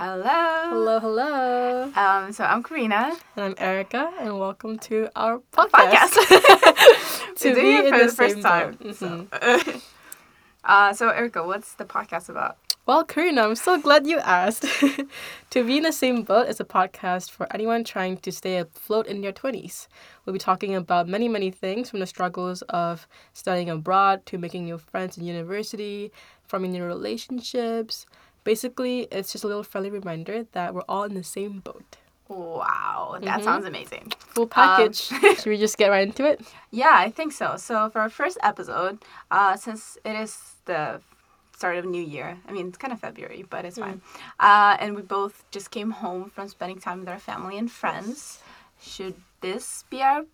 Hello. Hello, hello. Um, so I'm Karina. And I'm Erica, and welcome to our Podcast. podcast. We're doing it in for the first same time. boat. Mhm. So. uh, so Erica, what's the podcast about? Well, Karina, I'm so glad you asked. to be in the same boat is a podcast for anyone trying to stay afloat in their 20s. We'll be talking about many, many things from the struggles of studying abroad to making new friends in university, forming new relationships. Basically, it's just a little friendly reminder that we're all in the same boat. Wow, that sounds amazing. Full package. Should we just get right into it? Yeah, I think so. So for our first episode, uh, since it is the start of new year, I mean it's kind of February, but it's fine. Uh, and we both just came home from spending time with our family and friends. Should this be our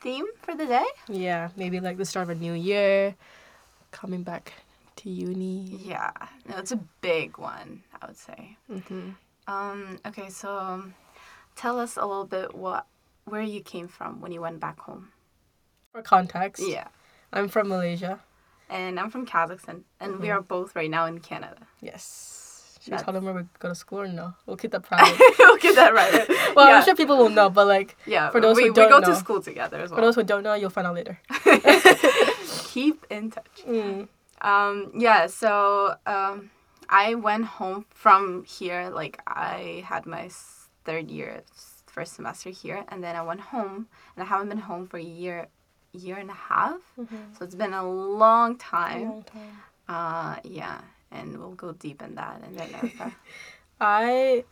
theme for the day? Yeah, maybe like the start of a new year, coming back to uni. Yeah, no, it's a big one, I would say. Mm-hmm. Um, okay, so um, tell us a little bit what where you came from when you went back home. For context, Yeah, I'm from Malaysia. and I'm from Kazakhstan, and we Mm-hmm. are both right now in Canada. Yes. Should we That's- tell them where we go to school or no? We'll keep that private. we'll get that right. well, yeah. I'm sure people will know, but like, yeah, for those we, who we don't go to know. school together as for well. those who don't know, you'll find out later. Keep in touch. Mm. Um, yeah, so um, I went home from here. Like, I had my s- third year, s- first semester here, and then I went home, and I haven't been home for a year, year and a half. So it's been a long time. Long time. Uh, yeah, and we'll go deep in that. And then, Erica. I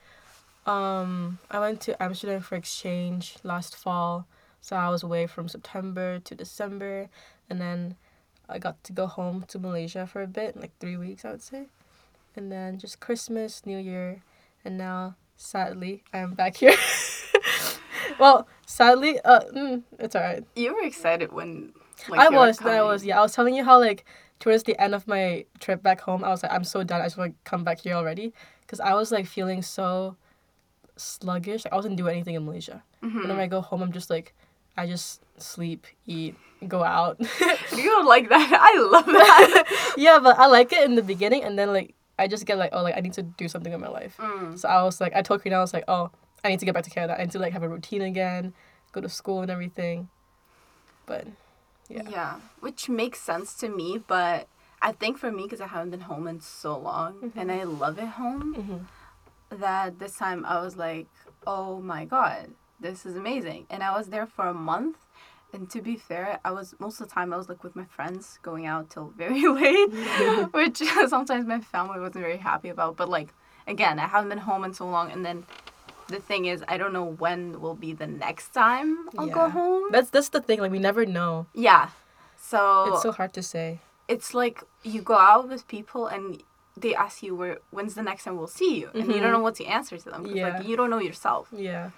um I went to Amsterdam for exchange last fall. So I was away from September to December and then I got to go home to Malaysia for a bit, like 3 weeks I would say. And then just Christmas, New Year, and now sadly I am back here. well, sadly uh mm, it's all right. you were excited when. Like, I you were was, I coming. was, yeah. I was telling you how like towards the end of my trip back home, I was like, I'm so done. I just want to come back here already, because I was like feeling so sluggish. Like, I wasn't doing anything in Malaysia. Mm-hmm. Whenever Mm. I go home, I'm just like, I just sleep, eat, go out. You don't like that? I love that. yeah, but I like it in the beginning, and then like I just get like, oh, like I need to do something in my life. Mm. So I was like, I told Karina, I was like, oh, I need to get back to Canada. I need to like have a routine again, go to school and everything. But Yeah. Yeah. which makes sense to me, but I think for me, because I haven't been home in so long Mm-hmm. and I love it home, that this time I was like, oh my god, this is amazing. And I was there for a month. And to be fair, I was most of the time I was like with my friends going out till very late, which sometimes my family wasn't very happy about. But like, again, I haven't been home in so long. And then the thing is, I don't know when will be the next time I'll go Yeah. home. that's that's the thing. Like we never know. Yeah. So It's so hard to say. it's like you go out with people and they ask you where when's the next time we'll see you and you don't know what to answer to them 'cause, Mm-hmm. Yeah. like you don't know yourself Yeah.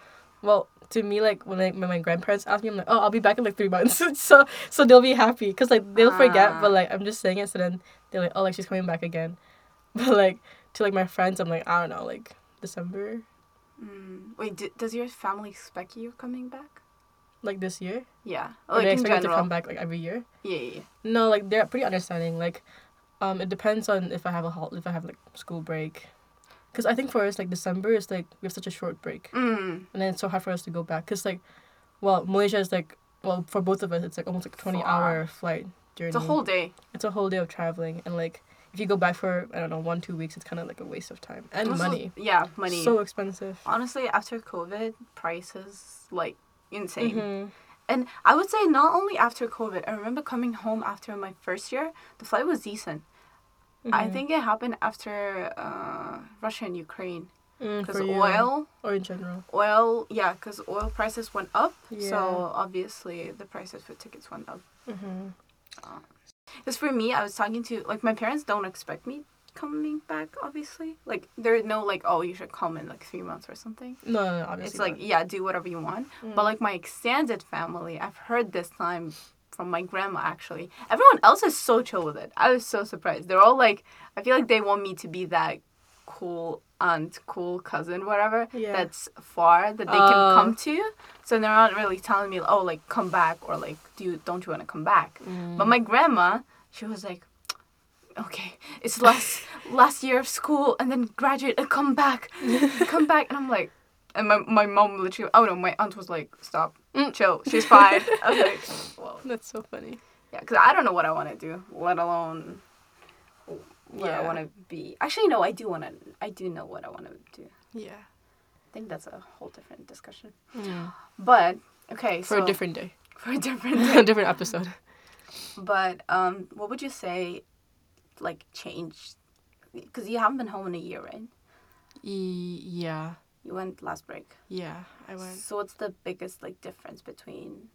Well, to me, like when, I, when my grandparents ask me, I'm like, oh, I'll be back in like three months, so so they'll be happy, cause like they'll Ah. forget, but like I'm just saying it, so then they're like, oh, like she's coming back again, but like to like my friends, I'm like, I don't know, like December, mm. wait d- does your family expect you're coming back like this year, yeah or Oh, like they in expect me to general come back like every year. yeah, yeah, yeah No, like they're pretty understanding. Like, um, it depends on if I have a halt, if I have like school break, cause I think for us like December is like we have such a short break. mm. and then it's so hard for us to go back because like well malaysia is like well for both of us it's like almost like Far. 20 hour flight journey it's a whole day it's a whole day of traveling and like if you go back for i don't know one two weeks it's kind of like a waste of time and Also- money yeah money so expensive honestly after covid prices like insane Mhm. and i would say not only after covid i remember coming home after my first year the flight was decent i Mm-hmm. think it happened after uh, russia and ukraine Mm, because for you. oil or in general oil yeah because oil prices went up so Yeah. obviously the prices for tickets went up mm-hmm. because for me i was talking to like my parents don't expect me coming back obviously like there's no like oh you should come in like three months or something no, no, no obviously it's Mm. like yeah do whatever you want but like my extended family i've heard this time from my grandma actually everyone else is so chill with it i was so surprised they're all like i feel like they want me to be that cool aunt cool cousin whatever Yeah. that's far that they can Oh. come to so they're not really telling me oh like Mm. come back or like do you don't you want to come back but my grandma she was like okay, it's last last year of school and then graduate and come back, come back, and I'm like, and my my mom literally, oh no, my aunt was like, stop, Mm. chill, she's fine. I was like, well, That's so funny. yeah, because I don't know what I want to do, let alone what I Yeah. want to be. Actually, no, I do want to. I do know what I want to do. Yeah. I think that's a whole different discussion. But okay, Mm. For so a different day, for a different a different episode. But um, what would you say, like, changed? Because you haven't been home in a year, right? E- yeah. You went last break. Yeah. I went. So what's the biggest like difference between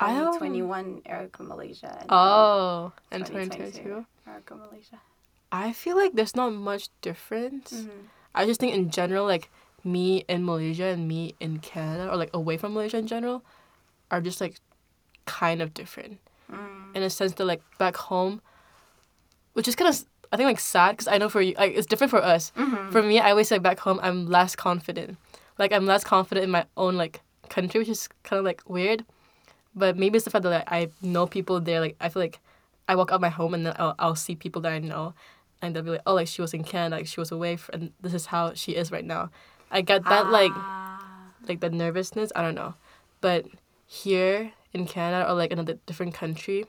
I don't- 2021 Erica Malaysia and Oh, and 2022. 2022. Erica Malaysia? I feel like there's not much difference. Mhm. I just think in general, like me in Malaysia and me in Canada, or like away from Malaysia in general, are just like kind of different Mm. in a sense that like back home, which is kind of I think like sad because I know for you like it's different for us. Mhm. For me, I always say back home I'm less confident, like I'm less confident in my own like country, which is kind of like weird, but maybe it's the fact that like, I know people there. Like I feel like I walk out my home and then I'll, I'll see people that I know, and they'll be like, oh, like she was in Canada, like she was away, f- and this is how she is right now. I get that like Ah. like the nervousness i don't know but here in canada or like another different country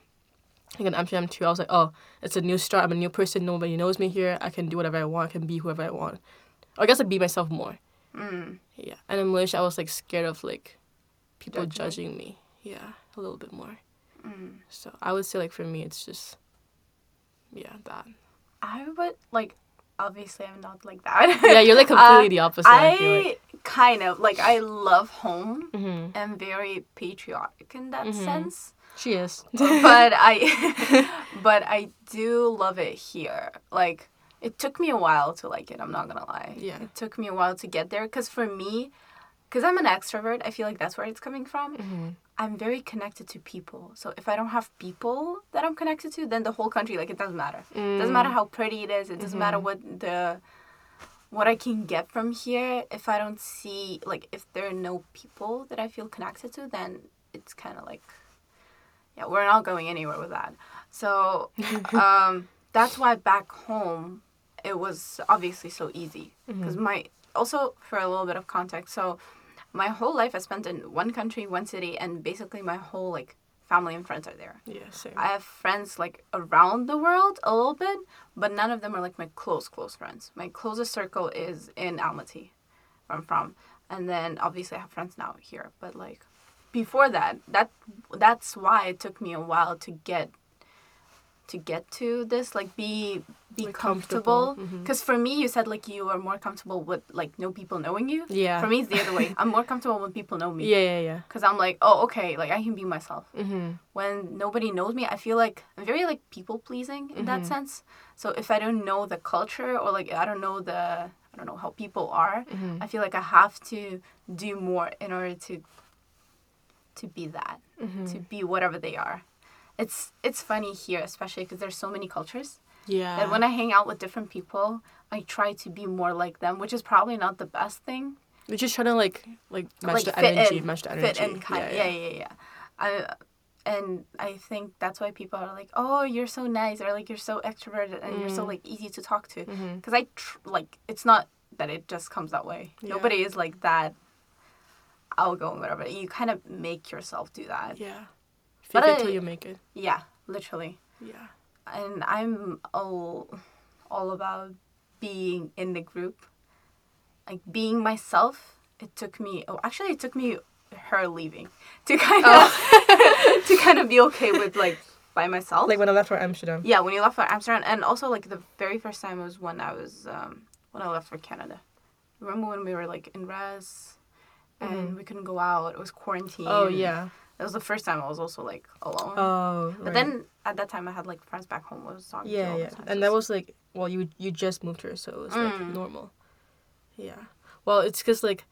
like in amsterdam too i was like oh it's a new start i'm a new person nobody knows me here i can do whatever i want i can be whoever i want or i guess i be myself more Mm. yeah and in malaysia i was like scared of like people Judgment. judging me yeah a little bit more Mm. so i would say like for me it's just yeah that I would like. Obviously, I'm not like that. Uh, yeah you're like completely the opposite i, feel like I kind of like. I love home. hmm am very patriotic in that Mhm. sense. she is but I but I do love it here. Like it took me a while to like it, I'm not going to lie. Yeah. It took me a while to get there cuz for me cuz I'm an extrovert, I feel like that's where it's coming from. Mhm. I'm very connected to people. So if I don't have people that I'm connected to, then the whole country like it doesn't matter. It doesn't matter how pretty it is. It doesn't matter what the what I can get from here. If I don't see like if there are no people that I feel connected to, then it's kind of like yeah, we're not going anywhere with that. So um, that's why back home it was obviously so easy because my also for a little bit of context. So my whole life I spent in one country, one city, and basically my whole like family and friends are there. yeah same I have friends like around the world a little bit, but none of them are like my close, close friends. My closest circle is in Almaty, where I'm from. And then obviously I have friends now here, but like before that, that that's why it took me a while to get to get to this like be be Like, comfortable, mm-hmm. comfortable because for me you said like you are more comfortable with like no people knowing you yeah for me it's the other way i'm more comfortable when people know me yeah yeah yeah because i'm like oh okay like i can be myself mm-hmm. when nobody knows me i feel like i'm very like people pleasing in that Mhm. sense so if i don't know the culture or like i don't know the i don't know how people are Mm-hmm. i feel like i have to do more in order to to be that Mm-hmm. to be whatever they are it's it's funny here especially because there's so many cultures Yeah. that when i hang out with different people i try to be more like them which is probably not the best thing You're just trying to like like match like the fit energy, in, match the energy. fit in kind yeah, yeah, yeah, yeah. I, and I think that's why people are like, oh, you're so nice, or like you're so extroverted, and you're so Mm. like easy to talk to. Mhm. Because I tr- like it's not that it just comes that way. Yeah. Nobody is like that outgoing, whatever. You kind of make yourself do that. Yeah. Fake But it till I- you make it. Yeah, literally. Yeah. And I'm all all about being in the group, like being myself. It took me. Oh, actually, it took me her leaving to kind of to kind of be okay with like by myself. Oh. Like when I left for Amsterdam. yeah, when you left for Amsterdam, and also like the very first time was when I was um, when I left for Canada. Remember when we were like in res, and we couldn't go out. It was quarantine. Mm-hmm. Oh yeah. that was the first time I was also like alone. Oh. but then at that time I had like friends back home. I was talking to Yeah, all yeah. the time. And that was like well, you you just moved here, so it was like Mm. normal. Yeah. Well, it's because like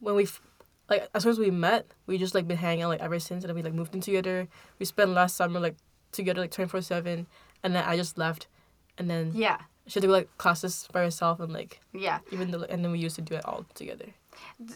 when we f- like as soon as we met, we just like been hanging out like ever since, and then we like moved in together. We spent last summer like together like twenty four seven, and then I just left, and then yeah, she had to go like classes by herself and like yeah. even though and then we used to do it all together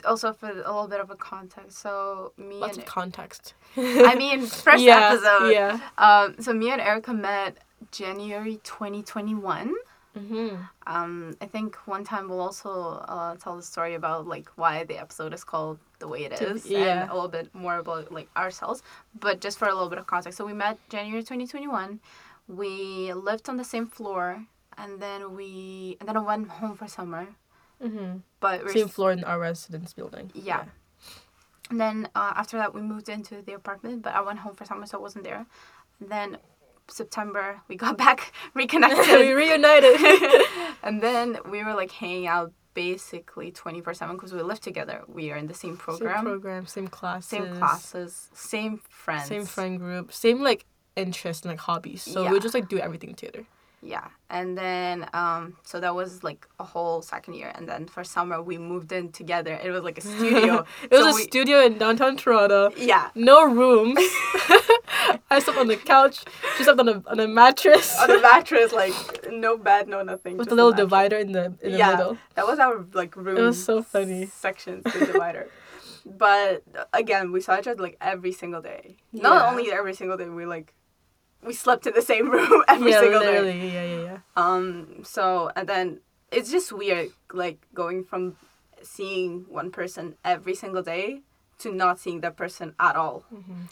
Also for a little bit of a context. So me lots and of context I mean first yeah, episode. yeah Um, so me and Erica met January 2021. Mm-hmm. Um, I think one time we'll also uh, tell the story about like why the episode is called the way it To- is, yeah. and a little bit more about like ourselves. But just for a little bit of context, so we met January twenty twenty one. We lived on the same floor, and then we and then I went home for summer. Mm-hmm. But we're Same floor in our residence building. yeah. And then uh, after that, we moved into the apartment, but I went home for summer, so I wasn't there. Then September, we got back, we reconnected, reunited. and then we were like hanging out basically 24 7 because we lived together. We are in the same program, Same program, same classes. same classes, same friends. Same friend group. Same like interest and like hobbies. So Yeah. we just like do everything together. Yeah. And then, um, so that was like a whole second year. And then for summer, we moved in together. It was like a studio. It was So a we- studio in downtown Toronto. Yeah. No rooms. I slept on the couch. She slept on a on a mattress On a mattress, like no bed, no nothing. with just a little mattress. divider in the in the Yeah. middle. That was our like room. was so funny. Sections the divider. But uh, again, we saw each other like every single day. Not Yeah. only every single day, we like we slept in the same room every yeah, single day. literally. Yeah, yeah, yeah. Um. So and then it's just weird, like going from seeing one person every single day to not seeing that person at all.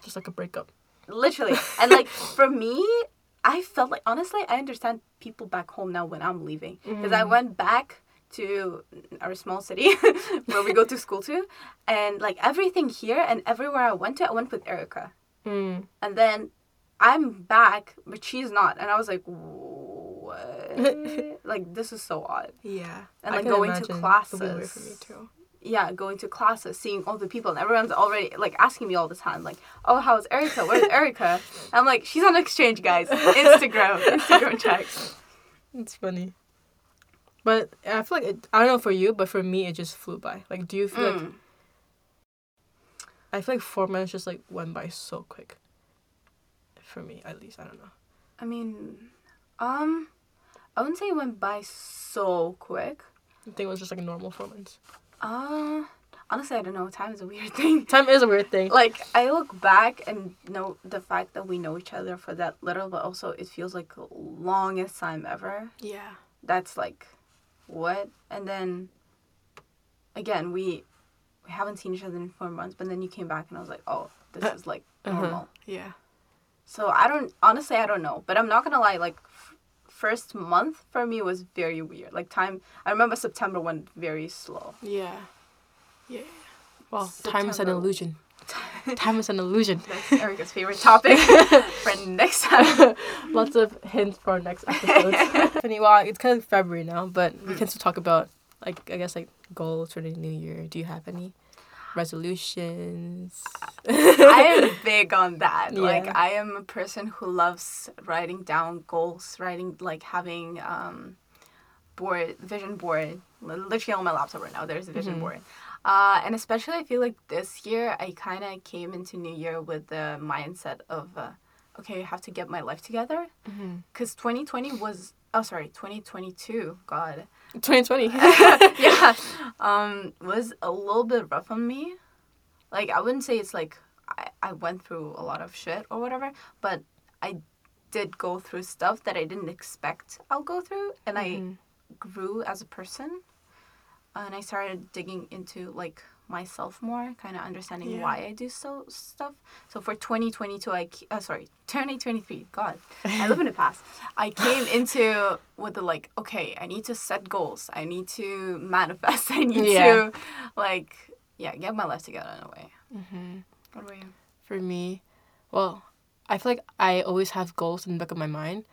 Just like a breakup. Literally. and like for me, I felt like honestly, I understand people back home now when I'm leaving because I went back to our small city where we go to school to, and like everything here and everywhere I went to, I went with Erica, Mm. and then I'm back, but she's not, and I was like, what? like this is so odd. Yeah. And, like, going to The weird way for me classes. too. yeah, going to classes, seeing all the people, and everyone's already like asking me all the time, like, "Oh, how's Erica? Where's Erica?" And I'm like, "She's on exchange, guys. Instagram, Instagram checks." It's funny. But I feel like it, I don't know for you, but for me it just flew by. Like, do you feel like Mm. I feel like four months just like went by so quick. For me, at least, I don't know. I mean, um, I wouldn't say it went by so quick. I think it was just like a normal four months. Uh, honestly, I don't know. Time is a weird thing. Time is a weird thing. Like I look back and know the fact that we know each other for that little, but also it feels like the longest time ever. Yeah. that's like what and then again we we haven't seen each other in four months but then you came back and i was like oh this is like normal Yeah. so i don't honestly i don't know but i'm not gonna lie like f- first month for me was very weird like time i remember september went very slow Yeah. Yeah. Well, time is an September. illusion. time is an illusion. that's erica's favorite topic for next time Lots of hints for our next episode. Funny, well, it's kind of February now, but we can still talk about like I guess like goals for the new year. Do you have any resolutions? i am big on that like Yeah. i am a person who loves writing down goals writing like having um board vision board li- literally on my laptop right now there's a vision board uh, and especially i feel like this year i kind of came into new year with the mindset of uh, okay i have to get my life together because 2020 was oh sorry 2022 god 2020. yeah um was a little bit rough on me like i wouldn't say it's like I, I went through a lot of shit or whatever but i did go through stuff that i didn't expect i'll go through and i grew as a person and i started digging into like myself more kind of understanding Yeah. why i do so stuff so for 2022 i ca- uh, sorry 2023 god i live in the past i came into with the like okay i need to set goals i need to manifest i need Yeah. to like yeah get my life together in a way Mm-hmm. what about you? for me, well, I feel like I always have goals in the back of my mind,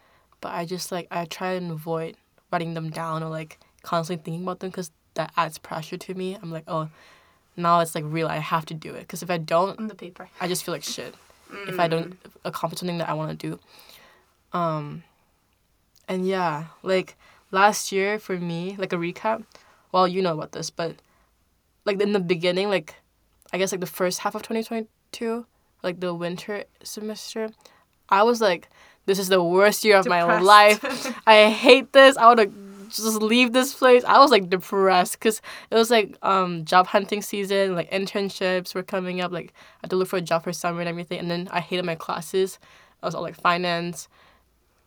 but I just like I try and avoid writing them down or like constantly thinking about them because that adds pressure to me. I'm like, oh, now it's like real. I have to do it because if I don't, On the paper. I just feel like shit if I don't accomplish something that I want to do. Um, and yeah, like last year for me, like a recap. Well, you know about this, but like in the beginning, like I guess like the first half of twenty twenty two, like the winter semester, I was like, this is the worst year of my Depressed. life. I hate this. I want to just leave this place. I was like depressed because it was like um job hunting season, like internships were coming up. Like I had to look for a job for summer and everything. And then I hated my classes. I was all like finance,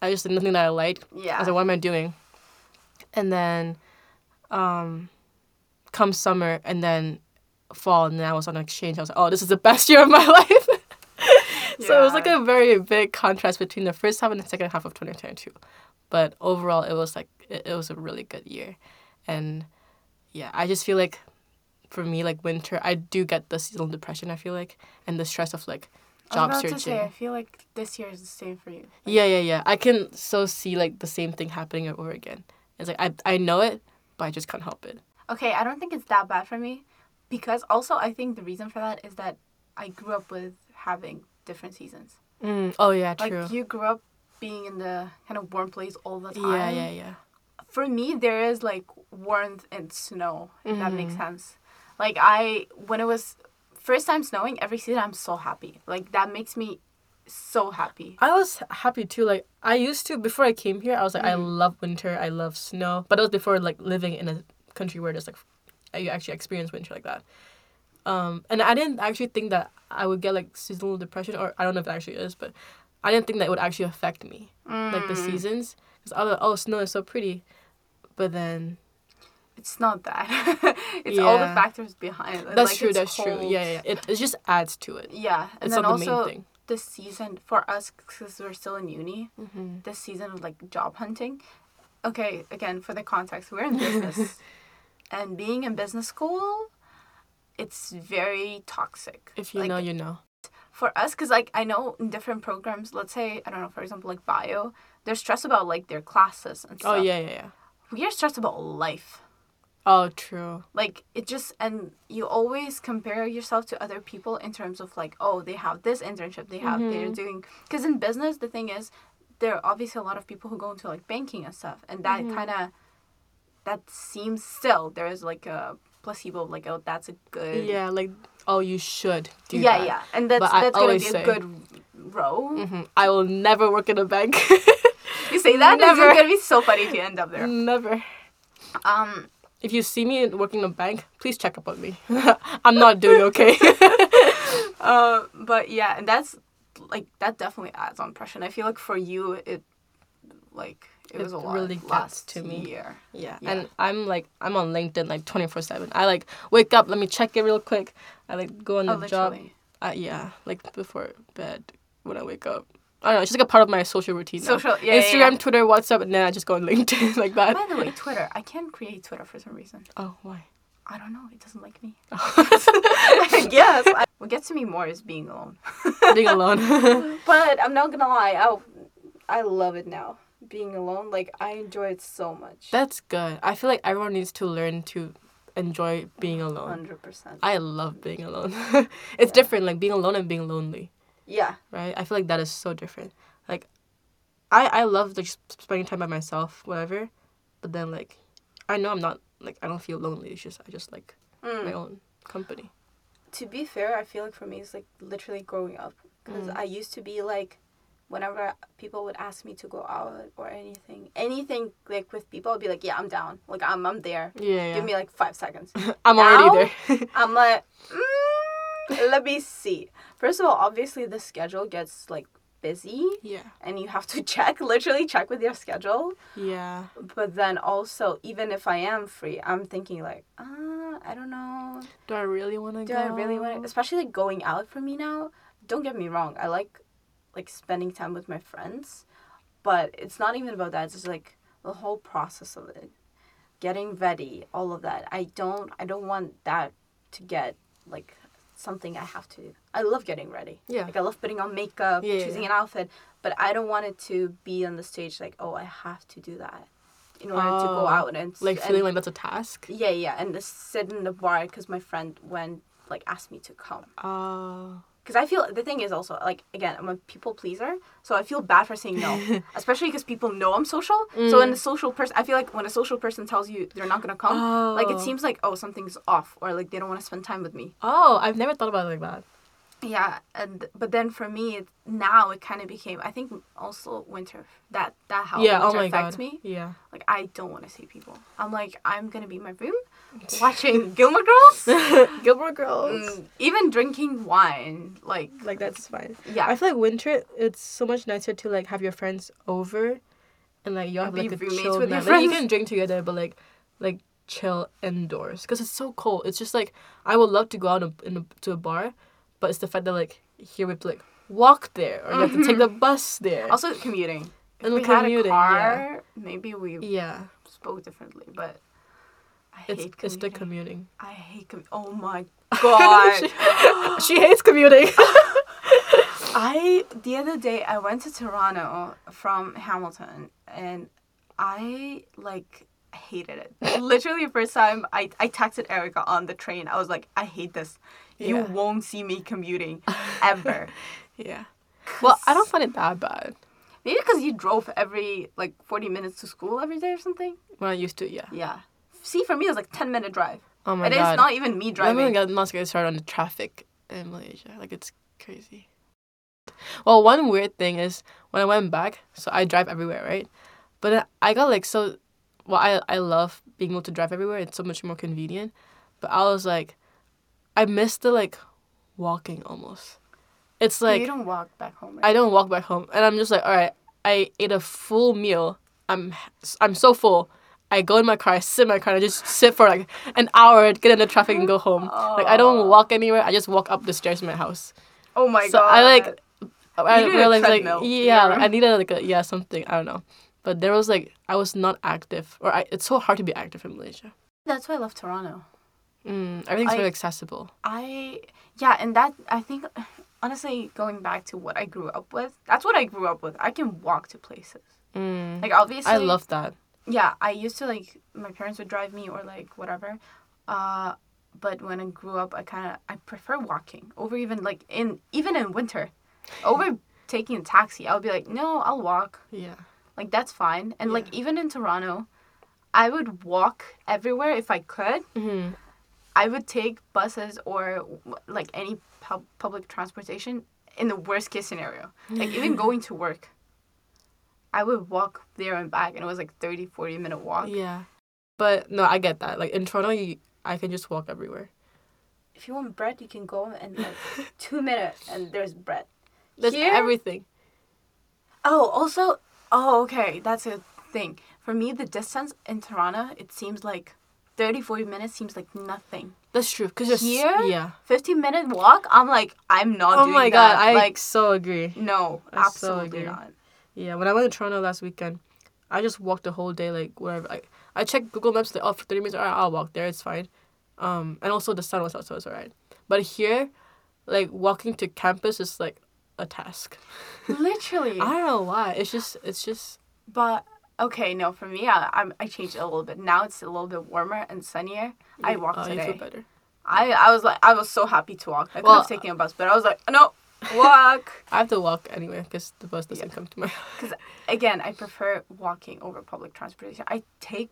I just did nothing that I liked. Yeah. I was like, what am I doing? And then, um, come summer and then fall, and then I was on exchange. I was like, oh, this is the best year of my life. So it was like Yeah. a very big contrast between the first half and the second half of 2022. But overall, it was like, it, it was a really good year. And yeah, I just feel like for me, like winter, I do get the seasonal depression, I feel like, and the stress of like job I was about searching. To say, I feel like this year is the same for you. Yeah, yeah, yeah. I can so see like the same thing happening over again. It's like I I know it, but I just can't help it. Okay, I don't think it's that bad for me because also I think the reason for that is that I grew up with having different seasons. Mm. Oh yeah, true. Like you grew up being in the kind of warm place all the time. yeah, yeah, yeah. For me, there is like warmth and snow. If That makes Mm-hmm. sense. Like I, when it was first time snowing every season, I'm so happy. Like that makes me so happy. I was happy too. Like I used to before I came here. I was like I love winter. I love snow. But it was before like living in a country where there's like I actually experience winter like that. Um, and I didn't actually think that I would get like seasonal depression, or I don't know if it actually is, but I didn't think that it would actually affect me, like the seasons. Because I was like, oh, snow is so pretty, but then It's not that. it's all the Yeah. factors behind. it. That's Like, true. it's That's true. cold. Yeah, yeah. yeah. It, it just adds to it. Yeah, and It's then not the main also thing. this season for us because we're still in uni. Mm-hmm. This season of like job hunting. Okay, again for the context, we're in business, and being in business school, it's very toxic. If you Like, know, you know. for us, because like I know in different programs, let's say I don't know, for example, like bio, they're stressed about like their classes and Oh stuff. yeah, yeah, yeah. we are stressed about life Oh true. like it just and you always compare yourself to other people in terms of like oh they have this internship they have Mm-hmm. they're doing because in business the thing is there are obviously a lot of people who go into like banking and stuff and that Mm-hmm. kind of that seems still there is like a placebo like oh that's a good Yeah, like oh you should do yeah that. yeah and that's But I that's gonna be always a say- good row Mhm. I will never work in a bank. you say that and Never. it's gonna be so funny if you end up there never. um If you see me working in a bank, please check up on me. I'm not doing okay. Uh, but yeah, and that's like that definitely adds on pressure. And I feel like for you, it like it, It was a lot really gets last to me. year. yeah. Yeah. And I'm like I'm on LinkedIn like 24/7. I like wake up, let me check it real quick. I like go on Oh, the job. literally. Uh, yeah, like before bed when I wake up. I don't know. It's just like a part of my social routine. now. Social- yeah, yeah, Instagram, yeah. Twitter, WhatsApp, and then I just go on LinkedIn like that. By the way, Twitter. I can't create Twitter for some reason. Oh, why? I don't know. It doesn't like me. I guess I, what gets to me more is being alone. Being alone. But I'm not gonna lie. I I love it now. Being alone, like I enjoy it so much. That's good. I feel like everyone needs to learn to enjoy being alone. Hundred percent. I love being alone. it's different, like being alone and being lonely, Yeah. right? I feel like that is so different. Like, I I love like sp- spending time by myself, whatever. But then like, I know I'm not like I don't feel lonely. It's just I just like Mm. my own company. to be fair, I feel like for me it's like literally growing up because I used to be like, whenever people would ask me to go out or anything, anything like with people, I'd be like, yeah, I'm down, like I'm I'm there. Yeah, yeah. Give me like five seconds. I'm already now- there. I'm like, mm, let me see. First of all, obviously the schedule gets like busy, yeah. and you have to check, literally check with your schedule. Yeah. But then also, even if I am free, I'm thinking like, ah, I don't know. Do I really want to Do go? I really want to? Especially like going out for me now. Don't get me wrong. I like like spending time with my friends, but it's not even about that. It's just like the whole process of it, getting ready, all of that. I don't. I don't want that to get like something I have to. do. I love getting ready. Yeah. Like I love putting on makeup, Yeah, yeah, choosing yeah. an outfit, but I don't want it to be on the stage like, oh, I have to do that in order to Oh, go out and Like and feeling like that's a task. yeah, yeah, and to sit in the bar because my friend went like asked me to come. Oh. Because I feel the thing is also like again I'm a people pleaser, so I feel bad for saying no, especially because people know I'm social. So when a social person, I feel like when a social person tells you they're not gonna come, like Oh. it seems like oh something's off or like they don't want to spend time with me. Oh, I've never thought about it like that. Yeah, and but then for me it, now it kind of became I think also winter that that how yeah. Oh winter my affects god. me. Yeah. Like I don't want to see people. I'm like I'm gonna be in my room. watching Gilmore Girls, Gilmore Girls. Mm, even drinking wine. Like, Like that's fine. I yeah, feel like winter, it's so much nicer to like have your friends over, and like you Or have be like a roommates chill with your night. Like, you friends. can drink together, but like, like chill indoors because it's so cold. It's just like I would love to go out in a, in a, to a bar, but it's the fact that like here we have to like walk there or you have to take the bus there. also commuting. If And we had a commuting, yeah. car, maybe we yeah, spoke differently, but I it's hate it's the commuting. commuting. I hate commuting. Oh my god. she hates commuting. I the other day I went to Toronto from Hamilton and I like hated it. Literally the first time I, I texted Erica on the train. I was like, I hate this. You Yeah. won't see me commuting ever. yeah. Well, I don't find it that bad. Maybe because you drove every like 40 minutes to school every day or something. When I used to, yeah. Yeah. See, for me, it was like 10 minute drive. Oh my and god. it's not even me I'm gonna driving. get must get started on the traffic in Malaysia. Like it's crazy. Well, one weird thing is when I went back, so I drive everywhere, right? But then I got like so. Well, I I love being able to drive everywhere. It's so much more convenient. But I was like, I miss the like walking almost. It's like you don't walk back home. Right? I don't walk back home, and I'm just like, all right, I ate a full meal. I'm I'm so full. I go in my car, I sit in my car, and I just sit for like an hour, get in the traffic, and go home. Like I don't walk anywhere. I just walk up the stairs in my house. oh my so god. I, like, I need a realized like treadmill in your yeah, like, I room. needed like a yeah something. I don't know, but there was like I was not active, or I, it's so hard to be active in Malaysia. That's why I love Toronto. Mm, everything's I- very accessible. I yeah, and that I think honestly going back to what I grew up with, that's what I grew up with. I can walk to places. Mm, Like obviously I love that. yeah, I used to like my parents would drive me or like whatever. Uh but when I grew up I kinda I prefer walking over even like in even in winter. Over taking a taxi. I would be like, No, I'll walk. Yeah. Like that's fine. And like Yeah. even in Toronto, I would walk everywhere if I could. Mm-hmm. I would take buses or w- like any pub- public transportation in the worst case scenario. Like even going to work, I would walk there and back, and it was like 30, 40 minute walk. Yeah. But no, I get that. Like in Toronto, you, I can just walk everywhere. If you want bread, you can go and like two minutes, and there's bread. That's Here- everything. Oh, also, oh, okay, that's a thing. For me, the distance in Toronto, it seems like 30, 40 minutes seems like nothing. That's true. Cause it's Here? yeah. 15 minute walk, I'm like, I'm not Oh doing my god, that. I like, like so agree. no, I so absolutely agree. not. Yeah, when I went to Toronto last weekend, I just walked the whole day like wherever. I I checked Google Maps like oh for thirty minutes. Alright, I'll walk there. It's fine. Um, and also the sun was out, so it's alright. But here, like walking to campus is like a task. Literally. I don't know why. It's just it's just But okay, no, for me, I, I'm, I changed it a little bit. Now it's a little bit warmer and sunnier. I walked oh, You today. feel better. I, I was like, I was so happy to walk. I could Well, have taken a bus, but I was like, no, walk. I have to walk anyway because the bus doesn't come to my house. Again, I prefer walking over public transportation. I take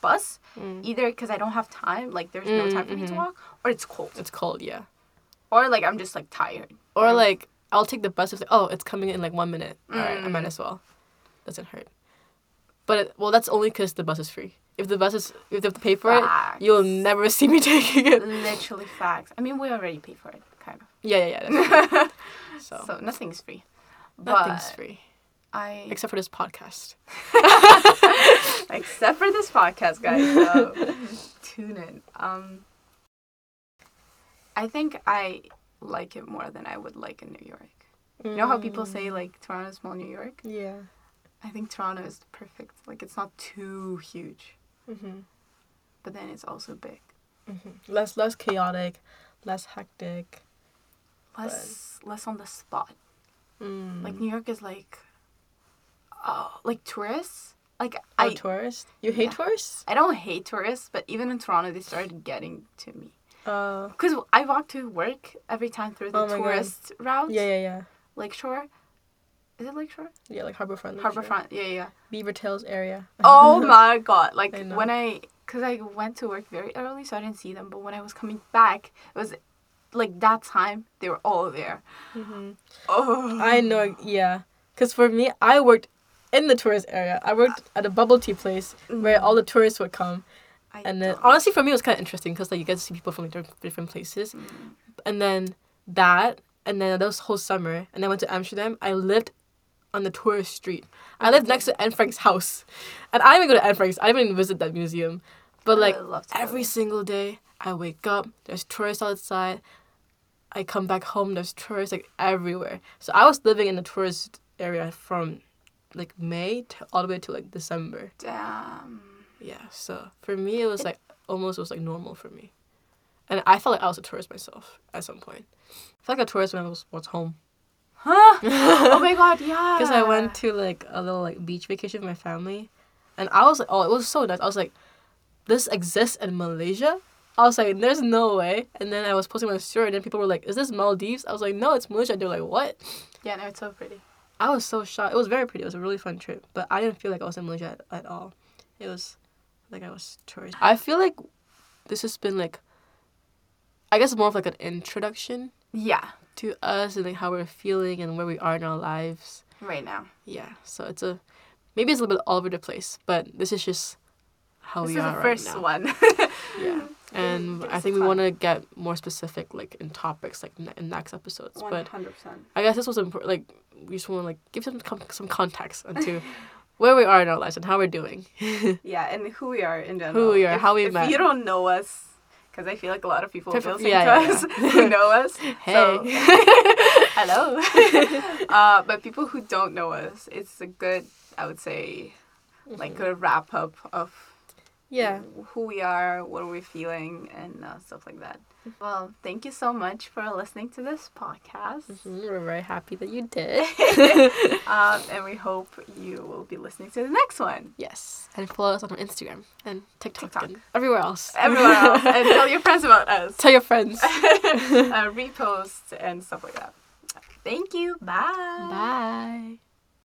bus Mm. either because I don't have time, like there's no time for Mm-hmm. me to walk, or it's cold, It's cold. Yeah. or like I'm just like tired. Or like I'll take the bus. It's like oh, it's coming in like one minute. All right, I might Mm. as well. Doesn't hurt. But it, well, that's only because the bus is free. If the bus is if they have to pay for it, you'll never see me taking it. Mm. Literally facts. I mean, we already pay for it, kind of. Yeah, yeah, yeah. That's true. so, So nothing's free. But nothing's free I except for this podcast. except for this podcast, guys. So tune in. Um, I think I like it more than I would like in New York. You know how people say Mm. like Toronto's small New York? Yeah. I think Toronto is perfect. Like it's not too huge, Mm-hmm. but then it's also big. Mm-hmm. Less less chaotic, less hectic. Less less on the spot. Mm. Like New York is like, oh, like tourists. Like Oh, I, tourists. You hate yeah. tourists? I don't hate tourists, but even in Toronto, they started getting to me. Uh, Because I walk to work every time through the Oh my God. tourist route. yeah, yeah, yeah. Lakeshore. Is it Lakeshore? Yeah, like Harbor Front. Harbor Front. Yeah, yeah. Beaver Tails area. Oh my god. Like I know. when I, because I went to work very early, so I didn't see them. But when I was coming back, it was like that time, they were all there. Mm-hmm. Oh. I know, yeah. Because for me, I worked in the tourist area. I worked at a bubble tea place where all the tourists would come. I and then don't. honestly for me it was kind of interesting because like you get to see people from different, different places Mm. and then that and then that was whole summer and i went to amsterdam i lived on the tourist street i lived next to anne frank's house and i didn't even go to anne frank's i didn't even visit that museum but I like would love to go every there. single day i wake up there's tourists outside i come back home there's tourists like everywhere so i was living in the tourist area from like may to, all the way to like december Damn. yeah so for me it was like almost was like normal for me and i felt like i was a tourist myself at some point i felt like a tourist when i was, was home Huh? oh my god, yeah. because I Ah. went to like a little like beach vacation with my family, and I was like, oh, it was so nice. I was like, this exists in Malaysia. I was like, there's no way. And then I was posting my story, and then people were like, is this Maldives? I was like, no, it's Malaysia. And they were like, what? Yeah, no, it's so pretty. I was so shocked. It was very pretty. It was a really fun trip, but I didn't feel like I was in Malaysia at, at all. It was like I was tourist. I feel like this has been like, I guess more of like an introduction Yeah, to us and like how we're feeling and where we are in our lives. right now. Yeah, so it's a maybe it's a little bit all over the place, but this is just how this we is are the first Oh, right now. one. Yeah, and Give us I a think we fun. want to get more specific, like in topics, like ne- in next episodes. One But hundred percent. I guess this was important. Like we just want to like give some com- some context onto where we are in our lives and how we're doing. Yeah, and who we are in general. we are, If- how we if met. you don't know us, because I feel like a lot of people Perfect. listening to Yeah, yeah, us yeah. who know us. Hey, So, hello. uh, but people who don't know us, it's a good, I would say, like a wrap up of Mm-hmm. yeah, who we are, what we're feeling, and uh, stuff like that. Mm-hmm. Well, thank you so much for listening to this podcast. Mhm, we're very happy that you did. Um, and we hope you will be listening to the next one. yes, and follow us on our Instagram and TikTok, TikTok. and everywhere else. Everyone else, and tell your friends about us. Tell your friends. uh, repost and stuff like that. Thank you. Bye. Bye.